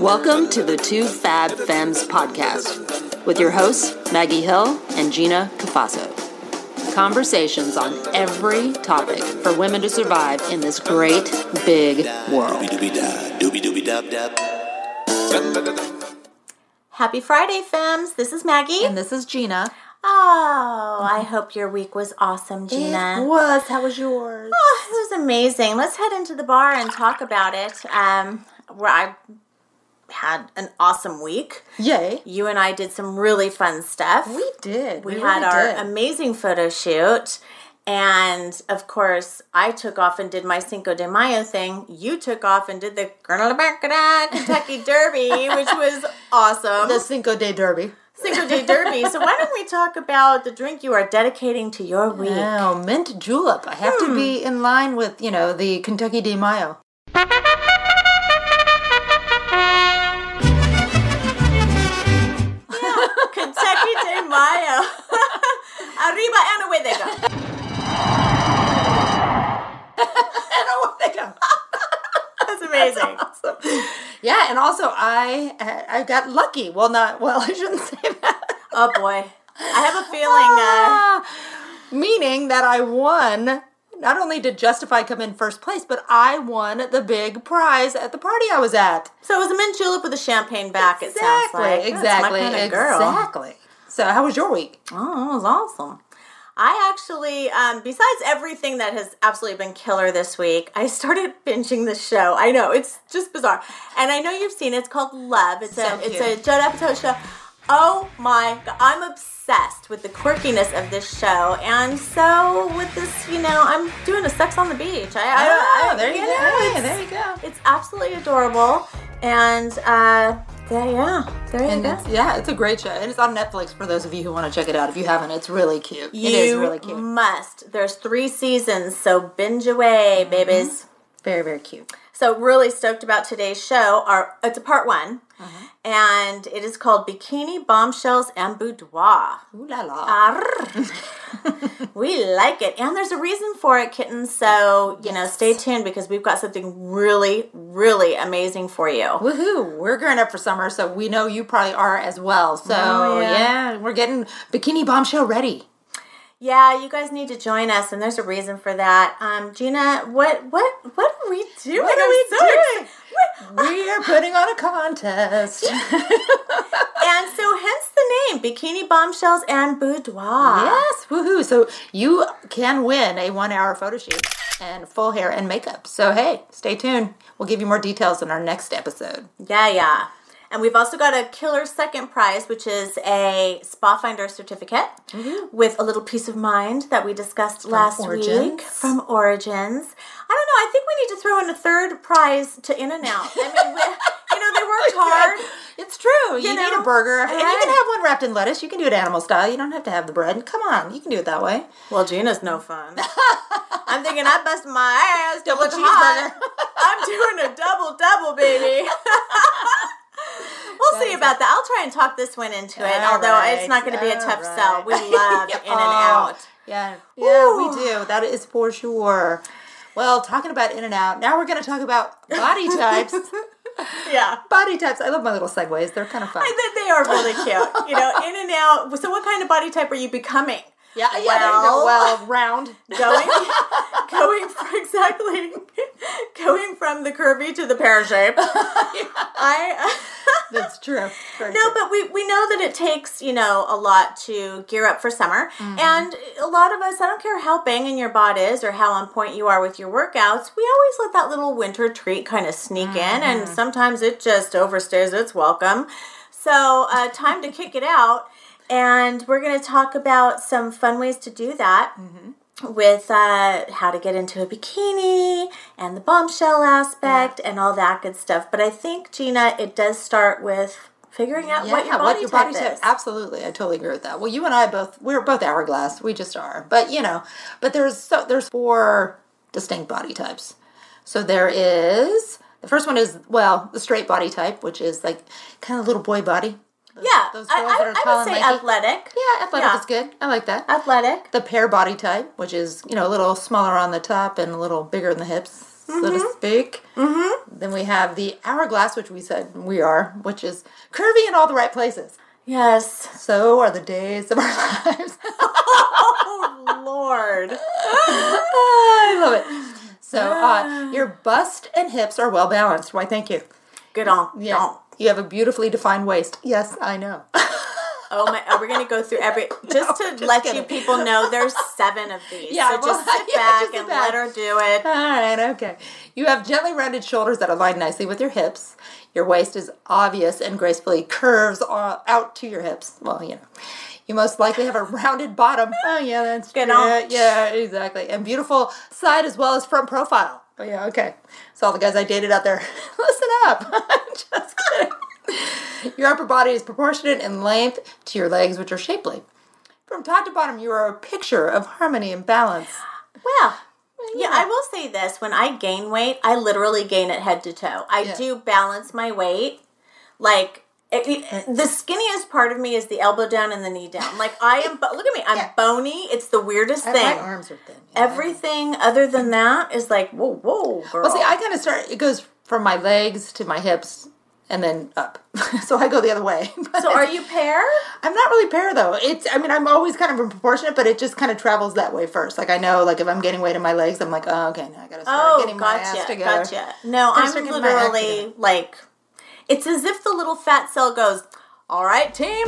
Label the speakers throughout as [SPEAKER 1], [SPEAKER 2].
[SPEAKER 1] Welcome to the Two Fab Femmes podcast with your hosts, Maggie Hill and Gina Cafasso. Conversations on every topic for women to survive in this great big world.
[SPEAKER 2] Happy Friday, femmes. This is Maggie.
[SPEAKER 1] And this is Gina.
[SPEAKER 2] Oh, I hope your week was awesome, Gina.
[SPEAKER 1] was. How was yours?
[SPEAKER 2] Oh, this was amazing. Let's head into the bar and talk about it. Um, where I had an awesome week.
[SPEAKER 1] Yay.
[SPEAKER 2] You and I did some really fun stuff.
[SPEAKER 1] We did.
[SPEAKER 2] We had our amazing photo shoot. And of course, I took off and did my Cinco de Mayo thing. You took off and did the Kentucky Derby, which was awesome.
[SPEAKER 1] the Cinco de Derby.
[SPEAKER 2] Cinco de Derby. So why don't we talk about the drink you are dedicating to your week?
[SPEAKER 1] Wow, mint julep. I have to be in line with, you know, the Kentucky de Mayo.
[SPEAKER 2] Kentucky de Mayo. Arriba and away they go. That's amazing.
[SPEAKER 1] Yeah, and also I I got lucky. Well, not well. I shouldn't say that.
[SPEAKER 2] Oh boy. I have a feeling uh,
[SPEAKER 1] Ah, meaning that I won. Not only did Justify come in first place, but I won the big prize at the party I was at.
[SPEAKER 2] uh, so it was a mint julep with a champagne back, it sounds like. That's
[SPEAKER 1] exactly,
[SPEAKER 2] my kind of girl.
[SPEAKER 1] exactly. So, how was your week?
[SPEAKER 2] Oh, it was awesome. I actually, um, besides everything that has absolutely been killer this week, I started binging the show. I know it's just bizarre, and I know you've seen it. it's called Love. It's
[SPEAKER 1] So
[SPEAKER 2] a it's
[SPEAKER 1] cute.
[SPEAKER 2] a Judd Apatow show. Oh my god, I'm obsessed with the quirkiness of this show, and so with this, you know, I'm doing a Sex on the Beach. I, I, I
[SPEAKER 1] Oh, there you, go.
[SPEAKER 2] know,
[SPEAKER 1] Hey,
[SPEAKER 2] it's-
[SPEAKER 1] there you go.
[SPEAKER 2] It's absolutely adorable, and uh, there, yeah, there you
[SPEAKER 1] And
[SPEAKER 2] go.
[SPEAKER 1] it's, yeah, it's a great show. And it's on Netflix for those of you who want to check it out. If you haven't, it's really cute.
[SPEAKER 2] You
[SPEAKER 1] it is really cute.
[SPEAKER 2] must. There's three seasons, so binge
[SPEAKER 1] Mm-hmm.
[SPEAKER 2] away, babies.
[SPEAKER 1] Very, very cute.
[SPEAKER 2] So really stoked about today's show. Our it's a part one,
[SPEAKER 1] Mm-hmm.
[SPEAKER 2] and it is called Bikini Bombshells and Boudoir.
[SPEAKER 1] Ooh la la.
[SPEAKER 2] Arr. we like it, and there's a reason for it, kittens. So you know, stay tuned because we've got something really, really amazing for you.
[SPEAKER 1] Woohoo! We're gearing up for summer, so we know you probably are as well. So
[SPEAKER 2] Oh,
[SPEAKER 1] yeah.
[SPEAKER 2] yeah.
[SPEAKER 1] we're getting bikini bombshell ready.
[SPEAKER 2] Yeah, you guys need to join us, and there's a reason for that. Um, Gina, what, what, what are we doing?
[SPEAKER 1] What are
[SPEAKER 2] I'm
[SPEAKER 1] we
[SPEAKER 2] so
[SPEAKER 1] doing?
[SPEAKER 2] excited. What-
[SPEAKER 1] We are putting on a contest.
[SPEAKER 2] and so hence the name bikini bombshells and boudoir
[SPEAKER 1] yes, woohoo! So you can win a one-hour photo shoot and full hair and makeup. So hey, stay tuned. We'll give you more details in our next episode.
[SPEAKER 2] yeah yeah and we've also got a killer second prize which is a spa finder certificate with a little peace of mind that we discussed last week
[SPEAKER 1] Origins.
[SPEAKER 2] from origins i don't know i think we need to throw in a third prize to in and out i mean we, you know they worked hard
[SPEAKER 1] It's true. You, need
[SPEAKER 2] know,
[SPEAKER 1] a burger, and you
[SPEAKER 2] right.
[SPEAKER 1] can have one wrapped in lettuce. You can do it animal style. You don't have to have the bread. Come on, you can do it that way.
[SPEAKER 2] Well, Gina's no fun. I'm thinking I busted my ass. to
[SPEAKER 1] Double
[SPEAKER 2] look hot. I'm doing a double double, baby. we'll see about that. I'll try and talk this one into it.
[SPEAKER 1] All
[SPEAKER 2] although
[SPEAKER 1] right,
[SPEAKER 2] it's not going to be a
[SPEAKER 1] all
[SPEAKER 2] tough
[SPEAKER 1] right.
[SPEAKER 2] sell. We love In and
[SPEAKER 1] Oh,
[SPEAKER 2] Out.
[SPEAKER 1] Yeah, yeah, we
[SPEAKER 2] Ooh.
[SPEAKER 1] do. That is for sure. Well, talking about In and Out, now we're going to talk about body types.
[SPEAKER 2] Yeah.
[SPEAKER 1] body types. I love my little segues. They're kind of fun.
[SPEAKER 2] I think they are really cute. You know, In and Out. So, what kind of body type are you becoming?
[SPEAKER 1] yeah, yeah. there you
[SPEAKER 2] Well-
[SPEAKER 1] go. Well, round.
[SPEAKER 2] Going, going for exactly, going from the curvy to the pear shape. I.
[SPEAKER 1] That's true. Very
[SPEAKER 2] No,
[SPEAKER 1] true.
[SPEAKER 2] but we, we know that it takes, you know, a lot to gear up for summer. And a lot of us, I don't care how banging your bod is or how on point you are with your workouts, we always let that little winter treat kind of sneak in. And sometimes it just overstays its welcome. So, uh, time to kick it out. And we're going to talk about some fun ways to do that with uh, how to get into a bikini and the bombshell aspect and all that good stuff. But I think Gina, it does start with figuring out
[SPEAKER 1] yeah,
[SPEAKER 2] what your body, type, is.
[SPEAKER 1] Absolutely, I totally agree with that. Well, you and I both we're both hourglass. We just are. But you know, but there's so there's four distinct body types. So there is the first one is well the straight body type, which is like kind of little boy body.
[SPEAKER 2] yeah,
[SPEAKER 1] those
[SPEAKER 2] I,
[SPEAKER 1] girls that are
[SPEAKER 2] I,
[SPEAKER 1] tall
[SPEAKER 2] I would
[SPEAKER 1] and
[SPEAKER 2] say
[SPEAKER 1] lanky.
[SPEAKER 2] athletic.
[SPEAKER 1] Yeah, athletic
[SPEAKER 2] Yeah.
[SPEAKER 1] is good. I like that.
[SPEAKER 2] Athletic.
[SPEAKER 1] the pear body type, which is you know a little smaller on the top and a little bigger in the hips. so to speak. Mm-hmm. Then we have the hourglass, which we said we are, which is curvy in all the right places.
[SPEAKER 2] Yes.
[SPEAKER 1] So are the days of our lives.
[SPEAKER 2] Oh, Lord.
[SPEAKER 1] I love it. So uh, your bust and hips are well balanced. Why, thank you.
[SPEAKER 2] Good on.
[SPEAKER 1] Yeah.
[SPEAKER 2] Don't.
[SPEAKER 1] You have a beautifully defined waist. Yes, I know.
[SPEAKER 2] Oh my! Oh, we're gonna go through every just to let
[SPEAKER 1] kidding.
[SPEAKER 2] you people know. There's seven of these.
[SPEAKER 1] Yeah,
[SPEAKER 2] so
[SPEAKER 1] well,
[SPEAKER 2] just sit
[SPEAKER 1] yeah,
[SPEAKER 2] back
[SPEAKER 1] just sit
[SPEAKER 2] and
[SPEAKER 1] back.
[SPEAKER 2] let her do it.
[SPEAKER 1] All right, okay. You have gently rounded shoulders that align nicely with your hips. Your waist is obvious and gracefully curves o- out to your hips. Well, you know. You most likely have a rounded bottom. Oh, yeah, that's
[SPEAKER 2] Get
[SPEAKER 1] true.
[SPEAKER 2] on.
[SPEAKER 1] Yeah, exactly. And beautiful side as well as front profile. Oh, yeah, okay. So, all the guys I dated out there, listen up. Just kidding. Your upper body is proportionate in length to your legs, which are shapely. From top to bottom, you are a picture of harmony and balance.
[SPEAKER 2] Well, yeah, I will say this: when I gain weight, I literally gain it head to toe. I
[SPEAKER 1] Yeah.
[SPEAKER 2] do balance my weight. Like it, it- the skinniest part of me is the elbow down and the knee down. Like I am. Bo- look at me. I'm
[SPEAKER 1] Yeah.
[SPEAKER 2] bony. It's the weirdest
[SPEAKER 1] My
[SPEAKER 2] thing.
[SPEAKER 1] arms are thin. yeah.
[SPEAKER 2] Everything other than that is like whoa, whoa, girl.
[SPEAKER 1] Well, see, I kind of start. It goes from my legs to my hips, and then up. so I go the other way. But
[SPEAKER 2] so are you pair?
[SPEAKER 1] I'm not really pair though. It's. I mean, I'm always kind of in proportionate, but it just kind of travels that way first. Like I know, like if I'm getting weight in my legs, I'm like, oh, okay, now I gotta start
[SPEAKER 2] Oh,
[SPEAKER 1] getting my ass
[SPEAKER 2] gotcha,
[SPEAKER 1] together.
[SPEAKER 2] gotcha. No, I'm
[SPEAKER 1] start getting my act
[SPEAKER 2] literally like, it's as if the little fat cell goes, "All right, team,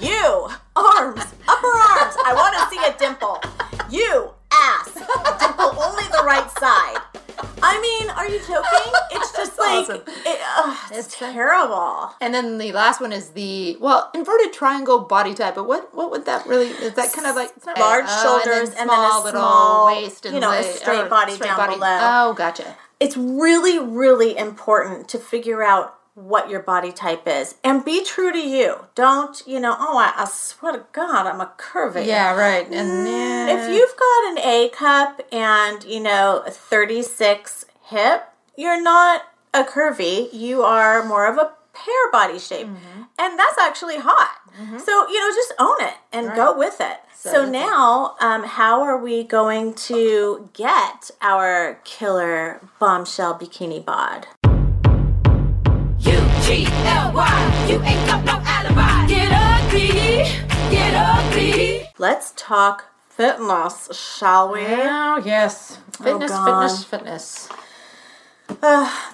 [SPEAKER 2] you arms, upper arms. I want to see a dimple. You ass, dimple only the right side." I mean, are you joking? It's just like
[SPEAKER 1] awesome.
[SPEAKER 2] it, ugh, it's,
[SPEAKER 1] It's-
[SPEAKER 2] terrible.
[SPEAKER 1] And then the last one is the well inverted triangle body type. But what what would that really is that kind of like it's not-
[SPEAKER 2] Large
[SPEAKER 1] Oh,
[SPEAKER 2] shoulders and then a small,
[SPEAKER 1] waist and
[SPEAKER 2] you know, a
[SPEAKER 1] leg-
[SPEAKER 2] straight
[SPEAKER 1] or
[SPEAKER 2] body down below.
[SPEAKER 1] Oh, gotcha.
[SPEAKER 2] it's really, really important to figure out what your body type is and be true to you. Don't, you know, oh, I, I swear to God, I'm a curvy.
[SPEAKER 1] Yeah, right. And yeah.
[SPEAKER 2] Mm, If you've got an A cup and, you know, a 36 hip, you're not a curvy. You are more of a pear body shape. And that's actually hot. So, you know, just own it and go with it. So,
[SPEAKER 1] that's it.
[SPEAKER 2] now, um, how are we going to get our killer bombshell bikini bod?
[SPEAKER 3] U-G-L-Y, you ain't got no alibi. Get ugly, get ugly.
[SPEAKER 2] Let's talk fitness, shall we?
[SPEAKER 1] Oh yes, fitness, fitness, fitness.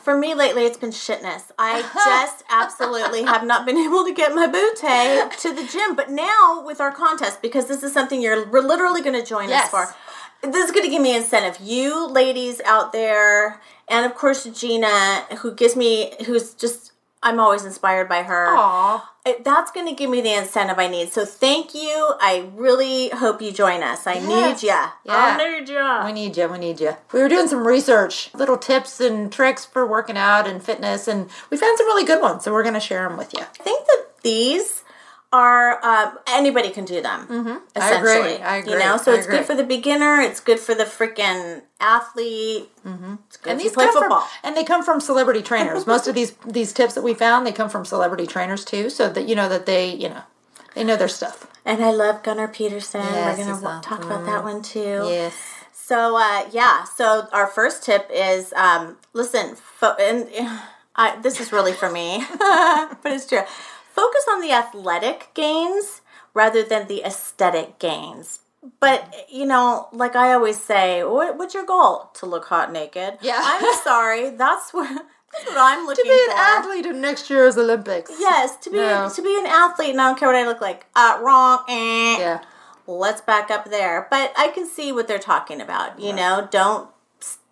[SPEAKER 2] For me lately, it's been shitness. I just absolutely have not been able to get my bootay to the gym. But now with our contest, because this is something you're we're literally going to join
[SPEAKER 1] Yes.
[SPEAKER 2] us for, this is going to give me incentive. You ladies out there, and of course Gina, who gives me, who's just, I'm always inspired by her
[SPEAKER 1] Aww.
[SPEAKER 2] it, that's going to give me the incentive I need. So thank you. I really hope you join us. I need ya. I
[SPEAKER 1] Yeah.
[SPEAKER 2] need ya.
[SPEAKER 1] We need you. We need you. We were doing some research, little tips and tricks for working out and fitness, and we found some really good ones. So we're going to share them with you.
[SPEAKER 2] I think that these are um, anybody can do them. Mm-hmm.
[SPEAKER 1] I agree.
[SPEAKER 2] Essentially,
[SPEAKER 1] I agree.
[SPEAKER 2] You know, so
[SPEAKER 1] I
[SPEAKER 2] it's
[SPEAKER 1] agree.
[SPEAKER 2] good for the beginner. It's good for the freaking athlete. Mm-hmm. It's good
[SPEAKER 1] And
[SPEAKER 2] if you
[SPEAKER 1] these
[SPEAKER 2] play
[SPEAKER 1] come
[SPEAKER 2] football.
[SPEAKER 1] From, and they come from celebrity trainers. Most of these these tips that we found, they come from celebrity trainers too, so that you know that they you know they know their stuff.
[SPEAKER 2] and I love Gunnar Peterson.
[SPEAKER 1] Yes,
[SPEAKER 2] We're
[SPEAKER 1] he's
[SPEAKER 2] gonna wa-
[SPEAKER 1] awesome.
[SPEAKER 2] talk about that one too.
[SPEAKER 1] Yes.
[SPEAKER 2] So uh, yeah, so our first tip is um, listen. Fo- and I, this is really for me, but it's true. Focus on the athletic gains rather than the aesthetic gains. But
[SPEAKER 1] Mm-hmm.
[SPEAKER 2] you know, like I always say, what, what's your goal? To look hot naked?
[SPEAKER 1] Yeah.
[SPEAKER 2] I'm sorry. That's what that's what I'm looking
[SPEAKER 1] To be
[SPEAKER 2] for.
[SPEAKER 1] an athlete in next year's Olympics.
[SPEAKER 2] Yes, to be
[SPEAKER 1] No.
[SPEAKER 2] to be an athlete, and I don't care what I look like. Uh, wrong. Eh
[SPEAKER 1] Yeah.
[SPEAKER 2] let's back up there but i can see what they're talking about you know don't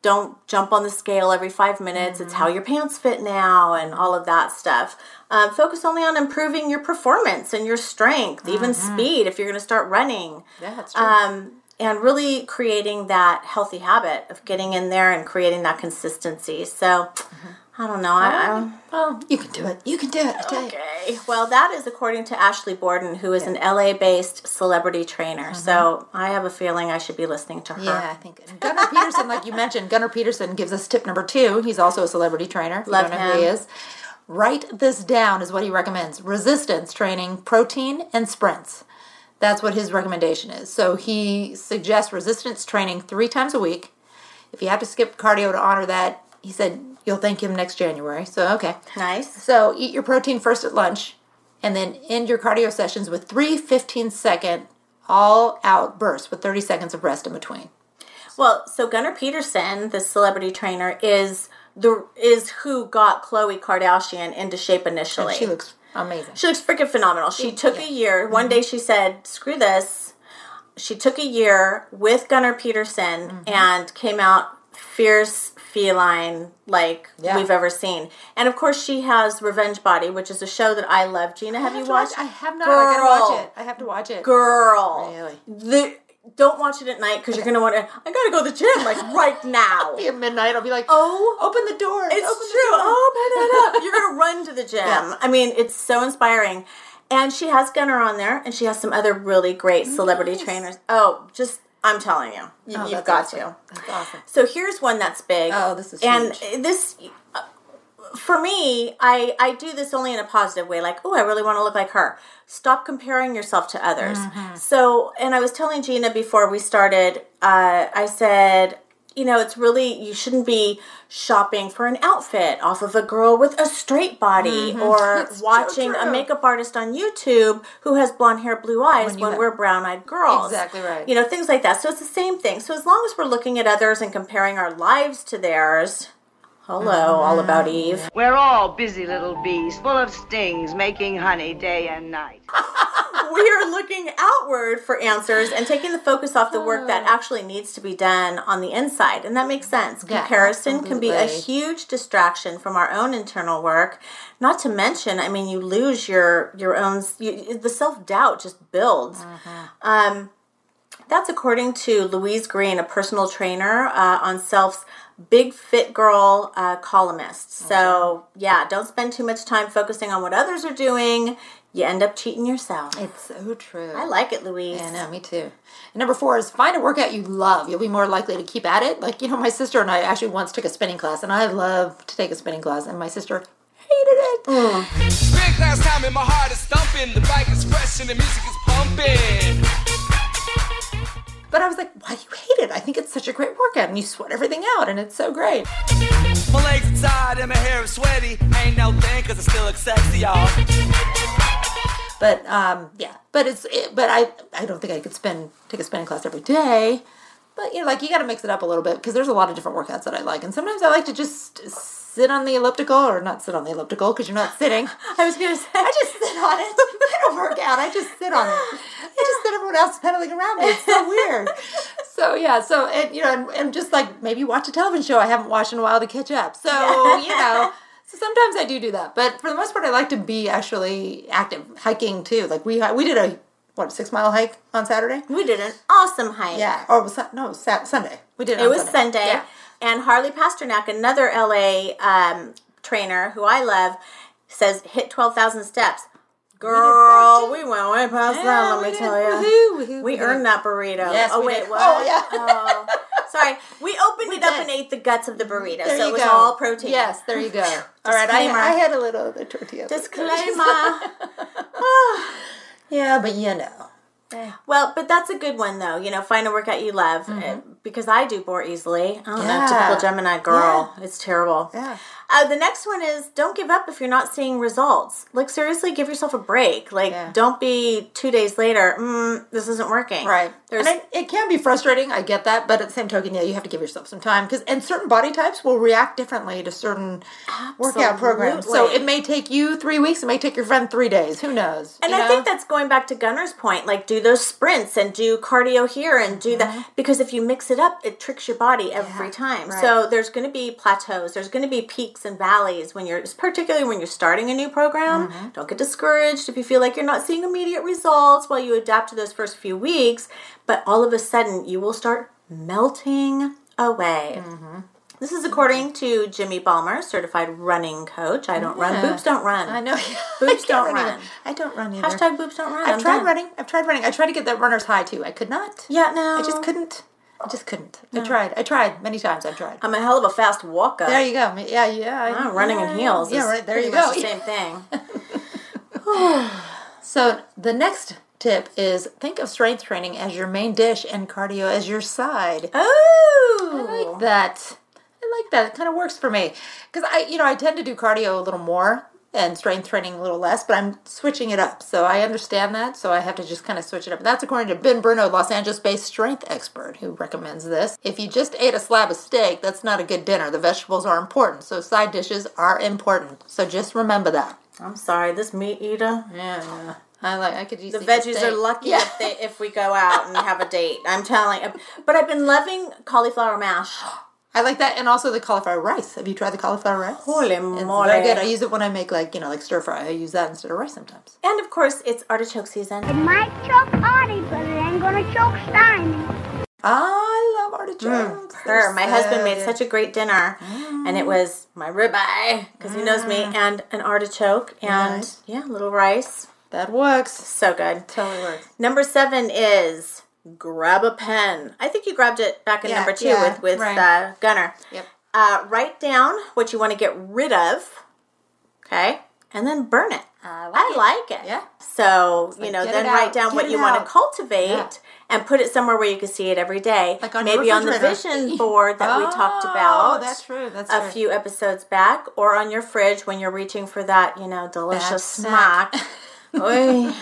[SPEAKER 2] don't jump on the scale every five minutes it's how your pants fit now and all of that stuff um, focus only on improving your performance and your strength even speed if you're going to start running
[SPEAKER 1] Yeah, that's true.
[SPEAKER 2] um, and really creating that healthy habit of getting in there and creating that consistency so i don't know I, I,
[SPEAKER 1] well, Um, you can do it. You can do it. I tell you.
[SPEAKER 2] Okay. Well, that is according to Ashley Borden, who is an LA based celebrity trainer. So I have a feeling I should be listening to her.
[SPEAKER 1] Uh-huh. Yeah, I think and Gunnar Peterson, like you mentioned, Gunnar Peterson gives us tip number two. He's also a celebrity trainer. If you
[SPEAKER 2] Love
[SPEAKER 1] don't know who he
[SPEAKER 2] him.
[SPEAKER 1] is. Write this down is what he recommends: resistance training, protein, and sprints. That's what his recommendation is. So he suggests resistance training three times a week. If you have to skip cardio to honor that, he said you'll thank him next January. So okay.
[SPEAKER 2] Nice.
[SPEAKER 1] So eat your protein first at lunch and then end your cardio sessions with three 15 second all out bursts with 30 seconds of rest in between.
[SPEAKER 2] Well, so Gunnar Peterson, the celebrity trainer, is the is who got Khloe Kardashian into shape initially.
[SPEAKER 1] She looks amazing.
[SPEAKER 2] She looks freaking phenomenal. She took a year. One day she said, "Screw this." She took a year with Gunnar Peterson
[SPEAKER 1] Mm-hmm.
[SPEAKER 2] and came out fierce feline like
[SPEAKER 1] Yeah.
[SPEAKER 2] we've ever seen. And of course she has Revenge Body, which is a show that I love. Gina, have,
[SPEAKER 1] I have
[SPEAKER 2] you
[SPEAKER 1] to watch-
[SPEAKER 2] watched?
[SPEAKER 1] I have not. I gotta watch
[SPEAKER 2] Girl.
[SPEAKER 1] it. I have to watch it.
[SPEAKER 2] Girl.
[SPEAKER 1] Really?
[SPEAKER 2] The, don't watch it at night because you're gonna want to. I gotta go to the gym like right now.
[SPEAKER 1] Be at midnight. I'll be like,
[SPEAKER 2] Oh.
[SPEAKER 1] open the door.
[SPEAKER 2] It's
[SPEAKER 1] open the
[SPEAKER 2] true.
[SPEAKER 1] door."
[SPEAKER 2] Oh, open it up. You're gonna run to the gym.
[SPEAKER 1] Yeah.
[SPEAKER 2] I mean, it's so inspiring. And she has Gunnar on there, and she has some other really great celebrity trainers. Oh, just I'm telling you, you
[SPEAKER 1] Oh,
[SPEAKER 2] you've
[SPEAKER 1] that's
[SPEAKER 2] got
[SPEAKER 1] awesome.
[SPEAKER 2] to.
[SPEAKER 1] That's awesome.
[SPEAKER 2] So here's one that's big.
[SPEAKER 1] Oh, this is
[SPEAKER 2] and this uh, for me. I I do this only in a positive way. Like, oh, I really want to look like her. Stop comparing yourself to others.
[SPEAKER 1] Mm-hmm.
[SPEAKER 2] So, and I was telling Gina before we started. Uh, I said. You know, it's really, you shouldn't be shopping for an outfit off of a girl with a straight body or
[SPEAKER 1] Mm-hmm. so
[SPEAKER 2] watching a
[SPEAKER 1] true.
[SPEAKER 2] makeup artist on YouTube who has blonde hair, blue eyes when,
[SPEAKER 1] When you have-
[SPEAKER 2] we're brown eyed girls.
[SPEAKER 1] Exactly right.
[SPEAKER 2] You know, things like that. So it's the same thing. So as long as we're looking at others and comparing our lives to theirs, hello,
[SPEAKER 1] Mm-hmm.
[SPEAKER 2] all about Eve.
[SPEAKER 4] We're all busy little bees, full of stings, making honey day and night.
[SPEAKER 2] we are looking outward for answers and taking the focus off the work that actually needs to be done on the inside. And that makes sense.
[SPEAKER 1] Yeah,
[SPEAKER 2] Comparison can be a
[SPEAKER 1] absolutely.
[SPEAKER 2] huge distraction from our own internal work. Not to mention, I mean, you lose your your own you, the self doubt just builds.
[SPEAKER 1] Mm-hmm.
[SPEAKER 2] Um, that's according to Louise Green, a personal trainer uh, on Self's Big Fit Girl uh, columnist. So yeah, don't spend too much time focusing on what others are doing. You end up cheating yourself.
[SPEAKER 1] It's so true.
[SPEAKER 2] I like it, Louise.
[SPEAKER 1] I know, me too. And number four is find a workout you love. You'll be more likely to keep at it. Like, you know, my sister and I actually once took a spinning class, and I love to take a spinning class, and my sister hated it.
[SPEAKER 5] Big last time and my heart is thumping. The bike is fresh and the music is pumping.
[SPEAKER 1] But I was like, why do you hate it? I think it's such a great workout, and you sweat everything out, and it's so great.
[SPEAKER 5] My legs are tired and my hair is sweaty. Ain't no thing cause I still look sexy, y'all.
[SPEAKER 1] But um, yeah, but it's it, but I I don't think I could spend take a spinning class every day. But you know, like you got to mix it up a little bit because there's a lot of different workouts that I like, and sometimes I like to just sit on the elliptical or not sit on the elliptical because you're not sitting.
[SPEAKER 2] I was gonna say,
[SPEAKER 1] I just sit on it. I don't work out. I just sit on it. I just sit everyone else pedaling around me. It's so weird. So yeah, so and you know, and, and just like maybe watch a television show I haven't watched in a while to catch up. So you know, so sometimes I do do that, but for the most part, I like to be actually active, hiking too. Like we hi- we did a what six mile hike on Saturday.
[SPEAKER 2] we did an awesome hike.
[SPEAKER 1] Yeah, or it was Sun- no it was Sat- Sunday. We did it.
[SPEAKER 2] It
[SPEAKER 1] on
[SPEAKER 2] was Sunday.
[SPEAKER 1] Yeah.
[SPEAKER 2] And Harley Pasternak, another LA um, trainer who I love, says hit 12,000 steps. Girl, we, went way past
[SPEAKER 1] Yeah,
[SPEAKER 2] that, let
[SPEAKER 1] we
[SPEAKER 2] me
[SPEAKER 1] did.
[SPEAKER 2] tell you.
[SPEAKER 1] Woohoo, woohoo,
[SPEAKER 2] we
[SPEAKER 1] woohoo.
[SPEAKER 2] earned that burrito.
[SPEAKER 1] Yes,
[SPEAKER 2] oh,
[SPEAKER 1] we
[SPEAKER 2] wait,
[SPEAKER 1] did.
[SPEAKER 2] what?
[SPEAKER 1] Oh, yeah.
[SPEAKER 2] Oh. Sorry. We opened it up
[SPEAKER 1] did.
[SPEAKER 2] and ate the guts of the burrito, so
[SPEAKER 1] There you
[SPEAKER 2] it was
[SPEAKER 1] go.
[SPEAKER 2] all protein.
[SPEAKER 1] Yes, there you go. All right, I,
[SPEAKER 2] Disclaimer.
[SPEAKER 1] I had a little of the tortilla.
[SPEAKER 2] Disclaimer.
[SPEAKER 1] Yeah, but you know.
[SPEAKER 2] Well, but that's a good one though. You know, find a workout you love uh, because I do bore easily. I don't
[SPEAKER 1] Mm-hmm. Yeah.
[SPEAKER 2] know, typical Gemini girl. It's terrible.
[SPEAKER 1] Yeah.
[SPEAKER 2] Uh, the next one is don't give up if you're not seeing results. Like seriously, give yourself a break. Like
[SPEAKER 1] Yeah.
[SPEAKER 2] don't be two days later. Mm, this isn't working.
[SPEAKER 1] Right.
[SPEAKER 2] There's
[SPEAKER 1] and it, it can be frustrating. I get that, but at the same token, yeah, you have to give yourself some time because and certain body types will react differently to certain workout programs. So
[SPEAKER 2] Absolutely.
[SPEAKER 1] it may take you three weeks. It may take your friend three days. Who knows?
[SPEAKER 2] And
[SPEAKER 1] you
[SPEAKER 2] I
[SPEAKER 1] know?
[SPEAKER 2] think that's going back to Gunner's point, like do those sprints and do cardio here and do that because if you mix it up, it tricks your body every time.
[SPEAKER 1] Mm-hmm. right.
[SPEAKER 2] So there's going to be plateaus, there's going to be peaks and valleys when you're particularly when you're starting a new program.
[SPEAKER 1] Mm-hmm.
[SPEAKER 2] Don't get discouraged if you feel like you're not seeing immediate results while you adapt to those first few weeks, but all of a sudden you will start melting away.
[SPEAKER 1] Mm-hmm.
[SPEAKER 2] This is according to Jimmy Balmer, certified running coach. I don't run. Boobs don't run.
[SPEAKER 1] I know. I
[SPEAKER 2] Boobs
[SPEAKER 1] can't
[SPEAKER 2] don't
[SPEAKER 1] either.
[SPEAKER 2] run.
[SPEAKER 1] I don't run either.
[SPEAKER 2] Hashtag boobs don't run.
[SPEAKER 1] I've
[SPEAKER 2] I'm
[SPEAKER 1] tried
[SPEAKER 2] done.
[SPEAKER 1] running. I've tried running. I tried to get that runner's high too. I could not.
[SPEAKER 2] Yeah, no.
[SPEAKER 1] I just couldn't. I just couldn't. I tried. I tried many times. I've tried.
[SPEAKER 2] I'm a hell of a fast walker.
[SPEAKER 1] there you go. Yeah, yeah. I-
[SPEAKER 2] Ah, running in heels.
[SPEAKER 1] Yeah,
[SPEAKER 2] is
[SPEAKER 1] right. There
[SPEAKER 2] pretty
[SPEAKER 1] you
[SPEAKER 2] much
[SPEAKER 1] go.
[SPEAKER 2] the same thing.
[SPEAKER 1] So the next tip is think of strength training as your main dish and cardio as your side. I
[SPEAKER 2] Oh,
[SPEAKER 1] like that. I like that. It kind of works for me because I, you know, I tend to do cardio a little more and strength training a little less, but I'm switching it up. So I understand that. So I have to just kind of switch it up. That's according to Ben Bruno, Los Angeles-based strength expert, who recommends this. If you just ate a slab of steak, that's not a good dinner. The vegetables are important, so side dishes are important. So just remember that.
[SPEAKER 2] I'm sorry, this meat eater.
[SPEAKER 1] Yeah, I like. I could use
[SPEAKER 2] The veggies are lucky
[SPEAKER 1] Yeah.
[SPEAKER 2] if, they, if we go out and have a date. I'm telling you. But I've been loving cauliflower mash.
[SPEAKER 1] I like that, and also the cauliflower rice. Have you tried the cauliflower rice?
[SPEAKER 2] Holy
[SPEAKER 1] it's
[SPEAKER 2] moly.
[SPEAKER 1] very good. I use it when I make like you know like stir fry. I use that instead of rice sometimes.
[SPEAKER 2] And of course, it's artichoke season.
[SPEAKER 6] might choke Artie, but it ain't gonna choke Steiny.
[SPEAKER 1] I love artichokes.
[SPEAKER 2] Sure, Mm, my husband made such a great dinner, and
[SPEAKER 1] Mm.
[SPEAKER 2] it was my ribeye because he knows me, and an artichoke, and
[SPEAKER 1] Nice.
[SPEAKER 2] yeah, a little rice.
[SPEAKER 1] that works.
[SPEAKER 2] So good.
[SPEAKER 1] Totally works.
[SPEAKER 2] Number seven is grab a pen. I think you grabbed it back in
[SPEAKER 1] Yeah,
[SPEAKER 2] number two
[SPEAKER 1] yeah,
[SPEAKER 2] with with
[SPEAKER 1] right.
[SPEAKER 2] uh, Gunner.
[SPEAKER 1] Yep.
[SPEAKER 2] Uh, write down what you want to get rid of, okay, and then burn it.
[SPEAKER 1] I like
[SPEAKER 2] it.
[SPEAKER 1] Yeah.
[SPEAKER 2] So you
[SPEAKER 1] like,
[SPEAKER 2] know,
[SPEAKER 1] get
[SPEAKER 2] then
[SPEAKER 1] it
[SPEAKER 2] write
[SPEAKER 1] out,
[SPEAKER 2] down
[SPEAKER 1] get
[SPEAKER 2] what
[SPEAKER 1] it
[SPEAKER 2] you want
[SPEAKER 1] out.
[SPEAKER 2] to cultivate.
[SPEAKER 1] Yeah.
[SPEAKER 2] And put it somewhere where you can see it every day.
[SPEAKER 1] Like on your
[SPEAKER 2] Maybe on the
[SPEAKER 1] refrigerator.
[SPEAKER 2] vision board that we talked
[SPEAKER 1] Oh,
[SPEAKER 2] about
[SPEAKER 1] that's true, that's
[SPEAKER 2] a
[SPEAKER 1] true.
[SPEAKER 2] few episodes back, or on your fridge when you're reaching for that, you know, delicious
[SPEAKER 1] snack.
[SPEAKER 2] snack. Oy.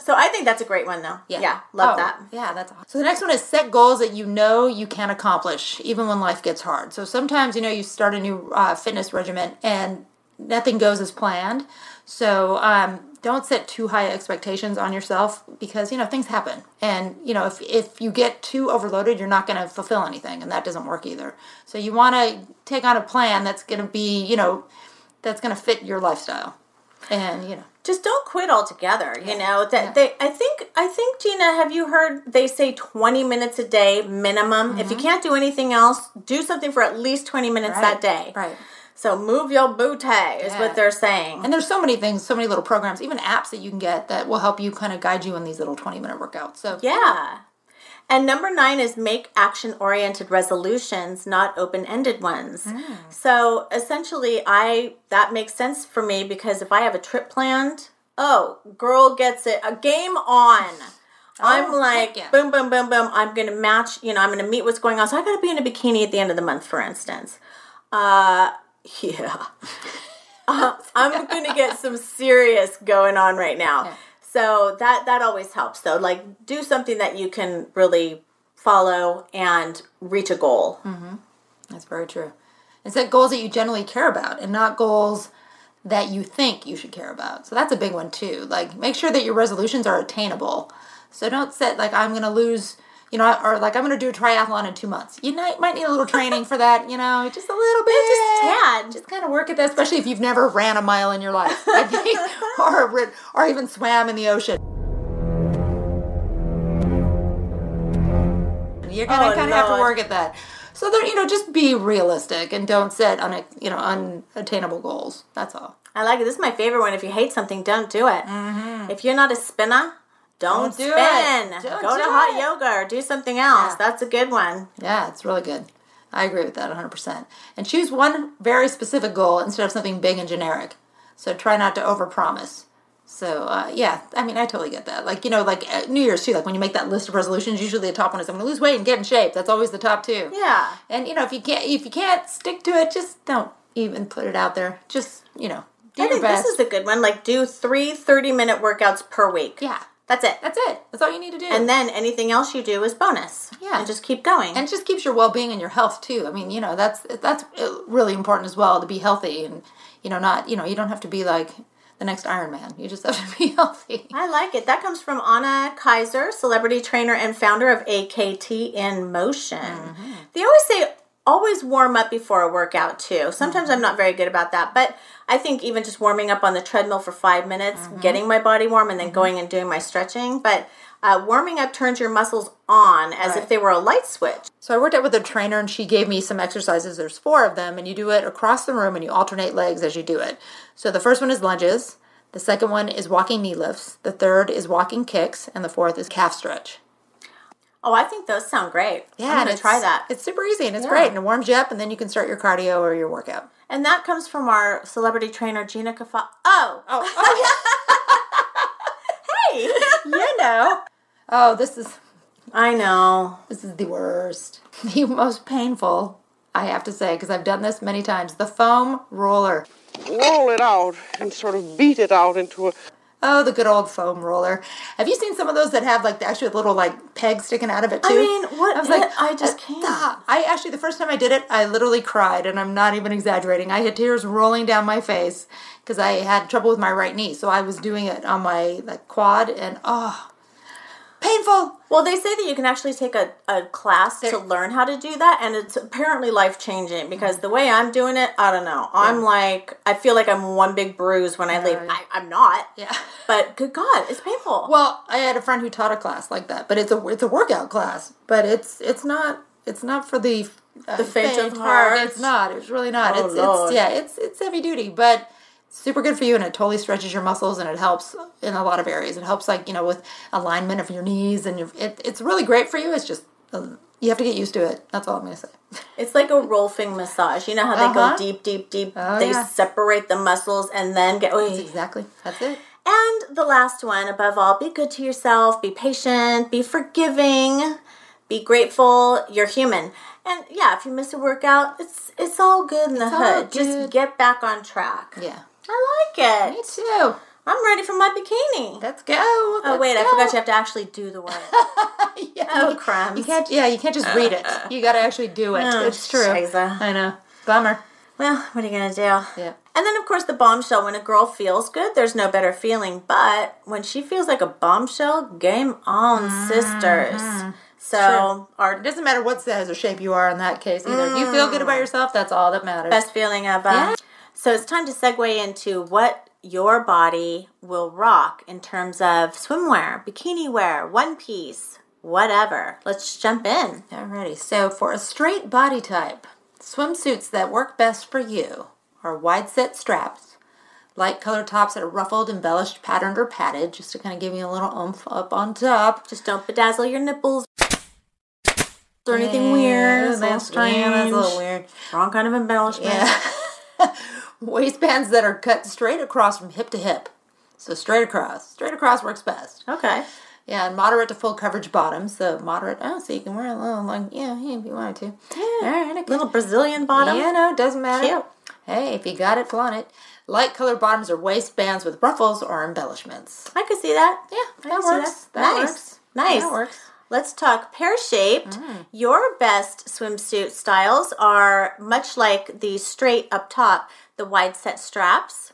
[SPEAKER 2] so I think that's a great one, though. Yeah, love
[SPEAKER 1] Oh,
[SPEAKER 2] that.
[SPEAKER 1] Yeah, that's awesome. So the next one is set goals that you know you can accomplish, even when life gets hard. So sometimes you know you start a new uh, fitness regimen and nothing goes as planned. So um, don't set too high expectations on yourself because you know things happen, and you know if if you get too overloaded, you're not going to fulfill anything, and that doesn't work either. So you want to take on a plan that's going to be you know that's going to fit your lifestyle, and you know.
[SPEAKER 2] Just don't quit altogether. You know that they. I think. I think Gina, have you heard they say twenty minutes a day minimum? If you can't do anything else, do something for at least twenty minutes that day.
[SPEAKER 1] Mm-hmm. Right.
[SPEAKER 2] So move your booty is
[SPEAKER 1] Yeah.
[SPEAKER 2] what they're saying.
[SPEAKER 1] And there's so many things, so many little programs, even apps that you can get that will help you kind of guide you in these little 20 minute workouts. So
[SPEAKER 2] Yeah. And number nine is make action oriented resolutions, not open ended ones. So essentially, I that makes sense for me because if I have a trip planned, oh, girl gets it, a game on. I'm like,
[SPEAKER 1] yeah.
[SPEAKER 2] boom, boom, boom, boom. I'm going to match, you know, I'm going to meet what's going on. So I got to be in a bikini at the end of the month, for instance. Uh, yeah. Uh, I'm going to get some serious going on right now. So that that always helps though. Like do something that you can really follow and reach a goal.
[SPEAKER 1] that's very true. And set goals that you generally care about and not goals that you think you should care about. So that's a big one too. Like make sure that your resolutions are attainable. So don't set like I'm going to lose, you know, or like I'm going to do a triathlon in 2 months. You might might need a little training for that, you know, just a little bit.
[SPEAKER 2] Just tad.
[SPEAKER 1] Just kind of work at that, especially if you've never ran a mile in your life, I think, or rid- or even swam in the ocean. You're gonna
[SPEAKER 2] Oh,
[SPEAKER 1] kind of have to
[SPEAKER 2] Lord.
[SPEAKER 1] work at that. So there, you know, just be realistic and don't set on you know unattainable goals. That's all.
[SPEAKER 2] I like it. This is my favorite one. If you hate something, don't do it. If you're not a spinner, don't,
[SPEAKER 1] Mm-hmm. Don't do
[SPEAKER 2] spin.
[SPEAKER 1] it. Don't
[SPEAKER 2] Go to
[SPEAKER 1] do
[SPEAKER 2] hot
[SPEAKER 1] it.
[SPEAKER 2] yoga or do something else.
[SPEAKER 1] Yeah.
[SPEAKER 2] That's a good one.
[SPEAKER 1] Yeah, it's really good. I agree with that 100%. And choose one very specific goal instead of something big and generic. So try not to overpromise. So uh, yeah, I mean, I totally get that. Like you know, like at New Year's too. Like when you make that list of resolutions, usually the top one is I'm going to lose weight and get in shape. That's always the top two.
[SPEAKER 2] Yeah.
[SPEAKER 1] And you know, if you can't if you can't stick to it, just don't even put it out there. Just you know, do
[SPEAKER 2] I
[SPEAKER 1] your
[SPEAKER 2] think
[SPEAKER 1] best.
[SPEAKER 2] this is a good one. Like do three 30 minute workouts per week.
[SPEAKER 1] yeah,
[SPEAKER 2] That's it.
[SPEAKER 1] that's it. That's all you need to do.
[SPEAKER 2] and then anything else you do is bonus.
[SPEAKER 1] Yeah.
[SPEAKER 2] And just keep going.
[SPEAKER 1] and it just keeps your well-being and your health too i mean you know that's that's uh, really important as well to be healthy and you know not you know you don't have to be like the next iron man you just have to be healthy
[SPEAKER 2] I like it. That comes from Anna Kaiser, celebrity trainer and founder of AKT in Motion.
[SPEAKER 1] Mm-hmm.
[SPEAKER 2] They always say always warm up before a workout too. Sometimes
[SPEAKER 1] Mm-hmm.
[SPEAKER 2] I'm not very good about that, but I think even just warming up on the treadmill for five minutes,
[SPEAKER 1] Mm-hmm.
[SPEAKER 2] getting my body warm, and then going and doing my stretching. But uh, warming up turns your muscles on as if
[SPEAKER 1] Right.
[SPEAKER 2] they were a light switch.
[SPEAKER 1] so i worked out with a trainer and she gave me some exercises there's four of them and you do it across the room and you alternate legs as you do it so the first one is lunges the second one is walking knee lifts the third is walking kicks and the fourth is calf stretch
[SPEAKER 2] Oh, I think those sound great.
[SPEAKER 1] yeah
[SPEAKER 2] I'm
[SPEAKER 1] and
[SPEAKER 2] gonna
[SPEAKER 1] it's-
[SPEAKER 2] try that.
[SPEAKER 1] it's super easy and it's great and it warms you up and then you can start your cardio or your workout
[SPEAKER 2] And that comes from our celebrity trainer Gina Kafa. Oh,
[SPEAKER 1] oh,
[SPEAKER 2] hey. you know.
[SPEAKER 1] Oh, this is
[SPEAKER 2] I know.
[SPEAKER 1] this is the worst. The most painful, I have to say, because I've done this many times. The foam roller.
[SPEAKER 7] roll it out and sort of beat it out into a
[SPEAKER 1] Oh, the good old foam roller. Have you seen some of those that have like the actual little like peg sticking out of it too?
[SPEAKER 2] I mean, what?
[SPEAKER 1] I was like,
[SPEAKER 2] I just can't.
[SPEAKER 1] "Ah." I actually the first time I did it, I literally cried, and I'm not even exaggerating. I had tears rolling down my face because I had trouble with my right knee, so I was doing it on my like quad, and oh, painful.
[SPEAKER 2] Well, they say that you can actually take a, a class to learn how to do that, and it's apparently life changing
[SPEAKER 1] Mm.
[SPEAKER 2] because the way I'm doing it, I don't know. I'm like, I feel like I'm one big bruise when I leave. I, I'm not.
[SPEAKER 1] Yeah.
[SPEAKER 2] But good God, it's painful.
[SPEAKER 1] Well, I had a friend who taught a class like that, but it's a it's a workout class, but it's it's not it's not for the uh,
[SPEAKER 2] The faint of heart.
[SPEAKER 1] It's not. It's really not.
[SPEAKER 2] Oh,
[SPEAKER 1] it's
[SPEAKER 2] Lord.
[SPEAKER 1] it's yeah. It's it's heavy duty, but super good for you, and it totally stretches your muscles, and it helps in a lot of areas. It helps like you know with alignment of your knees, and your, it, it's really great for you. It's just uh, you have to get used to it. That's all I'm gonna say.
[SPEAKER 2] It's like a rolfing massage. You know how they
[SPEAKER 1] Uh-huh.
[SPEAKER 2] go deep, deep, deep.
[SPEAKER 1] Oh,
[SPEAKER 2] they
[SPEAKER 1] yeah.
[SPEAKER 2] separate the muscles and then get.
[SPEAKER 1] That's exactly. That's it.
[SPEAKER 2] And the last one, above all, be good to yourself, be patient, be forgiving, be grateful. You're human. And yeah, if you miss a workout, it's it's all good in the
[SPEAKER 1] all
[SPEAKER 2] hood.
[SPEAKER 1] good.
[SPEAKER 2] Just get back on track.
[SPEAKER 1] Yeah.
[SPEAKER 2] I like
[SPEAKER 1] Me
[SPEAKER 2] it.
[SPEAKER 1] too.
[SPEAKER 2] I'm ready for my bikini.
[SPEAKER 1] Let's go.
[SPEAKER 2] oh
[SPEAKER 1] Let's
[SPEAKER 2] wait, I
[SPEAKER 1] go.
[SPEAKER 2] forgot you have to actually do the work.
[SPEAKER 1] yeah,
[SPEAKER 2] Oh,
[SPEAKER 1] you-
[SPEAKER 2] crumbs.
[SPEAKER 1] You can't. Yeah, you can't just read it. You got to actually do it.
[SPEAKER 2] Oh,
[SPEAKER 1] it's true.
[SPEAKER 2] shiza.
[SPEAKER 1] I know. Bummer.
[SPEAKER 2] well, what are you gonna do?
[SPEAKER 1] Yeah.
[SPEAKER 2] And then, of course, the bombshell. When a girl feels good, there's no better feeling. But when she feels like a bombshell, game on,
[SPEAKER 1] Mm-hmm.
[SPEAKER 2] sisters. So, our
[SPEAKER 1] It doesn't matter what size or shape you are in that case either. If you feel good about yourself, that's all that matters.
[SPEAKER 2] best feeling ever.
[SPEAKER 1] Yeah.
[SPEAKER 2] So, it's time to segue into what your body will rock in terms of swimwear, bikini wear, one piece, whatever. Let's jump in.
[SPEAKER 1] Alrighty. So for a straight body type, swimsuits that work best for you are wide set straps, light colored tops that are ruffled, embellished, patterned, or padded, just to kind of give you a little oomph up on top.
[SPEAKER 2] Just don't bedazzle your nipples or anything
[SPEAKER 1] Yeah,
[SPEAKER 2] weird. It's a little
[SPEAKER 1] that's- yeah, that's a little
[SPEAKER 2] strange.
[SPEAKER 1] weird.
[SPEAKER 2] Wrong kind of embellishment.
[SPEAKER 1] Yeah. Waistbands that are cut straight across from hip to hip. So straight across. Straight across works best.
[SPEAKER 2] Okay.
[SPEAKER 1] Yeah, and moderate to full coverage bottoms. So moderate. Oh, so you can wear a little, like, yeah, yeah, if you wanted to. All right, okay.
[SPEAKER 2] Little Brazilian bottom.
[SPEAKER 1] Yeah, no, it doesn't matter.
[SPEAKER 2] Cute.
[SPEAKER 1] Hey, if you got it, flaunt it. Light colored bottoms or waistbands with ruffles or embellishments.
[SPEAKER 2] I could see that.
[SPEAKER 1] Yeah, that
[SPEAKER 2] can see
[SPEAKER 1] works.
[SPEAKER 2] that.
[SPEAKER 1] That
[SPEAKER 2] Nice.
[SPEAKER 1] works.
[SPEAKER 2] Nice.
[SPEAKER 1] That works.
[SPEAKER 2] Let's talk pear shaped. Your best swimsuit styles are much like the straight up top, the wide set straps.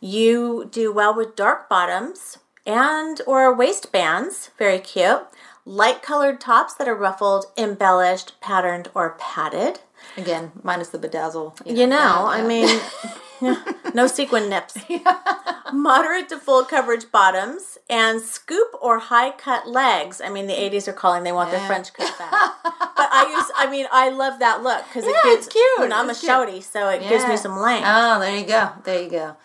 [SPEAKER 2] You do well with dark bottoms and or waistbands, very cute. Light colored tops that are ruffled, embellished, patterned or padded.
[SPEAKER 1] Again, minus the bedazzle.
[SPEAKER 2] You know, I
[SPEAKER 1] yeah.
[SPEAKER 2] mean, no sequin nips. Moderate to full coverage bottoms and scoop or high cut legs. I mean, the 80s are calling, they want their French cut back. but I use, I mean, I love that look because it
[SPEAKER 1] Yeah,
[SPEAKER 2] gives,
[SPEAKER 1] it's cute.
[SPEAKER 2] And I'm
[SPEAKER 1] It's
[SPEAKER 2] a
[SPEAKER 1] cute.
[SPEAKER 2] shouty, so it gives
[SPEAKER 1] Yeah.
[SPEAKER 2] me some length.
[SPEAKER 1] Oh, there you go. There you go.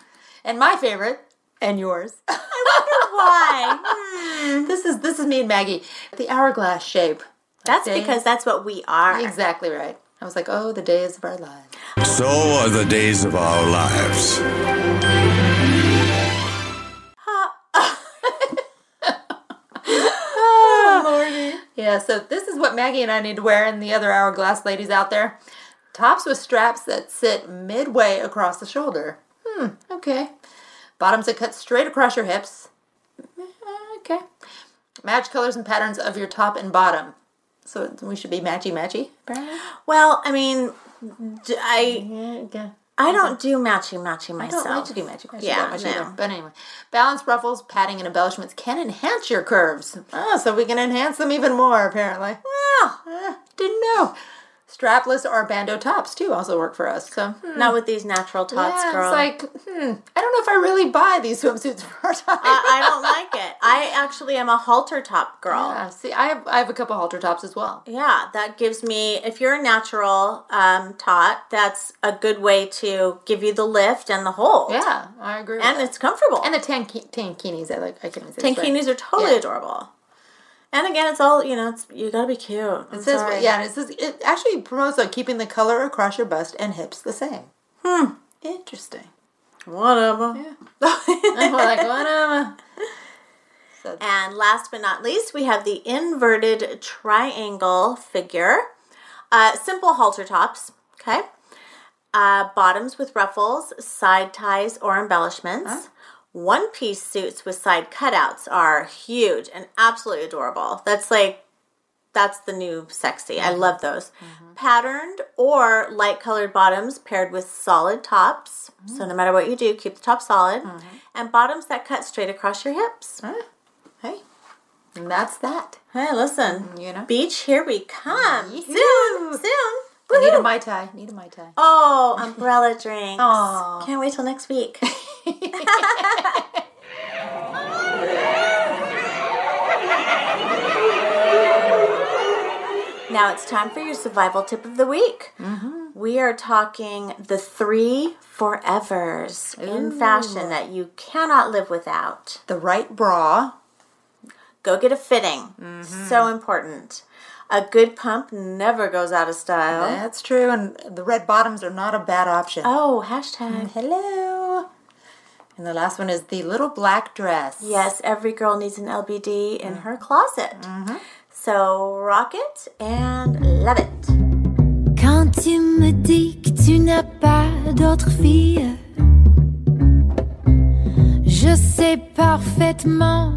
[SPEAKER 1] And my favorite, and yours. Oh.
[SPEAKER 2] Why? Hmm.
[SPEAKER 1] this is this is me and Maggie. The hourglass shape.
[SPEAKER 2] That's
[SPEAKER 1] Day-
[SPEAKER 2] because that's what we are.
[SPEAKER 1] Exactly right. I was like, oh, the days of our lives.
[SPEAKER 8] So are the days of our lives.
[SPEAKER 1] Yeah, so this is what Maggie and I need to wear, and the other hourglass ladies out there. Tops with straps that sit midway across the shoulder. Hmm, okay. Bottoms that cut straight across your hips. Mm, Okay. Match colors and patterns of your top and bottom. So we should be matchy matchy, apparently.
[SPEAKER 2] Well, I mean, d- I
[SPEAKER 1] Yeah, okay.
[SPEAKER 2] I don't do matchy matchy
[SPEAKER 1] I don't
[SPEAKER 2] myself.
[SPEAKER 1] like to do matchy matchy
[SPEAKER 2] Yeah,
[SPEAKER 1] that much
[SPEAKER 2] no.
[SPEAKER 1] either. But anyway, balanced ruffles, padding, and embellishments can enhance your curves. Oh, so we can enhance them even more, apparently. Ah, didn't know. Strapless or bandeau tops too also work for us. So hmm.
[SPEAKER 2] Not with these natural tots,
[SPEAKER 1] yeah,
[SPEAKER 2] girl.
[SPEAKER 1] it's like, hmm, I don't know if I really buy these swimsuits for our time.
[SPEAKER 2] I, I don't like it. I actually am a halter top girl.
[SPEAKER 1] yeah, see, I have I have a couple halter tops as well.
[SPEAKER 2] Yeah, that gives me, if you're a natural um, tot, that's a good way to give you the lift and the hold.
[SPEAKER 1] Yeah, I agree. With
[SPEAKER 2] And
[SPEAKER 1] that.
[SPEAKER 2] it's comfortable.
[SPEAKER 1] and the tanki- tankinis, I like. I can't even say this word.
[SPEAKER 2] Tankinis are totally
[SPEAKER 1] Yeah.
[SPEAKER 2] adorable. And again, it's all, you know, it's, you gotta be cute. I'm
[SPEAKER 1] It says,
[SPEAKER 2] sorry.
[SPEAKER 1] yeah, and it says it actually promotes like keeping the color across your bust and hips the same. Hmm. Interesting.
[SPEAKER 2] Whatever.
[SPEAKER 1] I'm like, what am I? So-
[SPEAKER 2] And last but not least, we have the inverted triangle figure. Uh, simple halter tops, okay? Uh, bottoms with ruffles, side ties, or embellishments. One piece suits with side cutouts are huge and absolutely adorable. That's like, that's the new sexy. I love those. Patterned or light colored bottoms paired with solid tops. So, no matter what you do, keep the top solid. And bottoms that cut straight across your hips. Hey,
[SPEAKER 1] And that's that.
[SPEAKER 2] hey, listen.
[SPEAKER 1] you know.
[SPEAKER 2] Beach, here we come.
[SPEAKER 1] Yee-hoo.
[SPEAKER 2] Soon, soon.
[SPEAKER 1] I need a
[SPEAKER 2] Woohoo.
[SPEAKER 1] mai tai. Need a mai tai.
[SPEAKER 2] Oh, umbrella drinks.
[SPEAKER 1] Aw.
[SPEAKER 2] Can't wait till next week. now it's time for your survival tip of the week. We are talking the three forevers in fashion that you cannot live without.
[SPEAKER 1] The right bra.
[SPEAKER 2] Go get a fitting. So important. A good pump never goes out of style.
[SPEAKER 1] That's true. And the red bottoms are not a bad option.
[SPEAKER 2] Oh, hashtag.
[SPEAKER 1] Hello. And the last one is the little black dress.
[SPEAKER 2] Yes, every girl needs an LBD in her closet. So rock it and love it.
[SPEAKER 9] Quand tu me dis que tu n'as pas d'autre fille, je sais parfaitement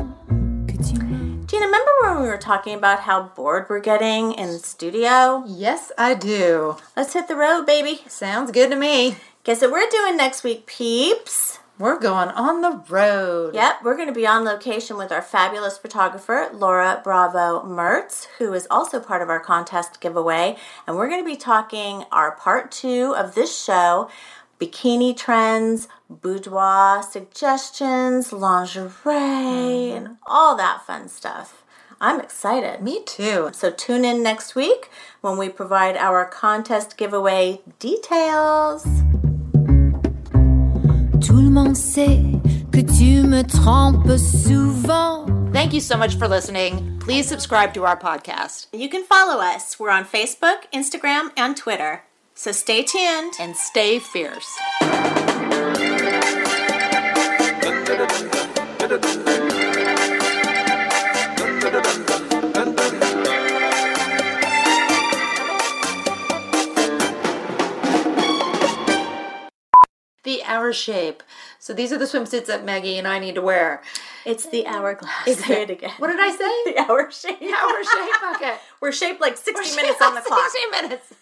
[SPEAKER 9] que tu m'as.
[SPEAKER 2] Gina, remember when we were talking about how bored we're getting in the studio?
[SPEAKER 1] Yes, I do.
[SPEAKER 2] Let's hit the road, baby.
[SPEAKER 1] Sounds good to me.
[SPEAKER 2] Guess what we're doing next week, peeps?
[SPEAKER 1] We're going on the road.
[SPEAKER 2] Yep, we're going to be on location with our fabulous photographer, Laura Bravo Mertz, who is also part of our contest giveaway. And we're going to be talking our part two of this show bikini trends, boudoir suggestions, lingerie, and all that fun stuff. I'm excited.
[SPEAKER 1] Mm-hmm. Me too.
[SPEAKER 2] So tune in next week when we provide our contest giveaway details.
[SPEAKER 9] Tout le monde sait que tu me trompes souvent.
[SPEAKER 1] Thank you so much for listening. Please subscribe to our podcast
[SPEAKER 2] You can follow us. We're on Facebook, Instagram, and Twitter. So stay tuned.
[SPEAKER 1] and stay fierce. The hour shape. So these are the swimsuits that Maggie and I need to wear.
[SPEAKER 2] It's the hourglass. Say it again.
[SPEAKER 1] What did I say?
[SPEAKER 2] the hour shape?
[SPEAKER 1] Hour shape. Okay.
[SPEAKER 2] We're shaped like 60 minutes on the clock.
[SPEAKER 1] minutes.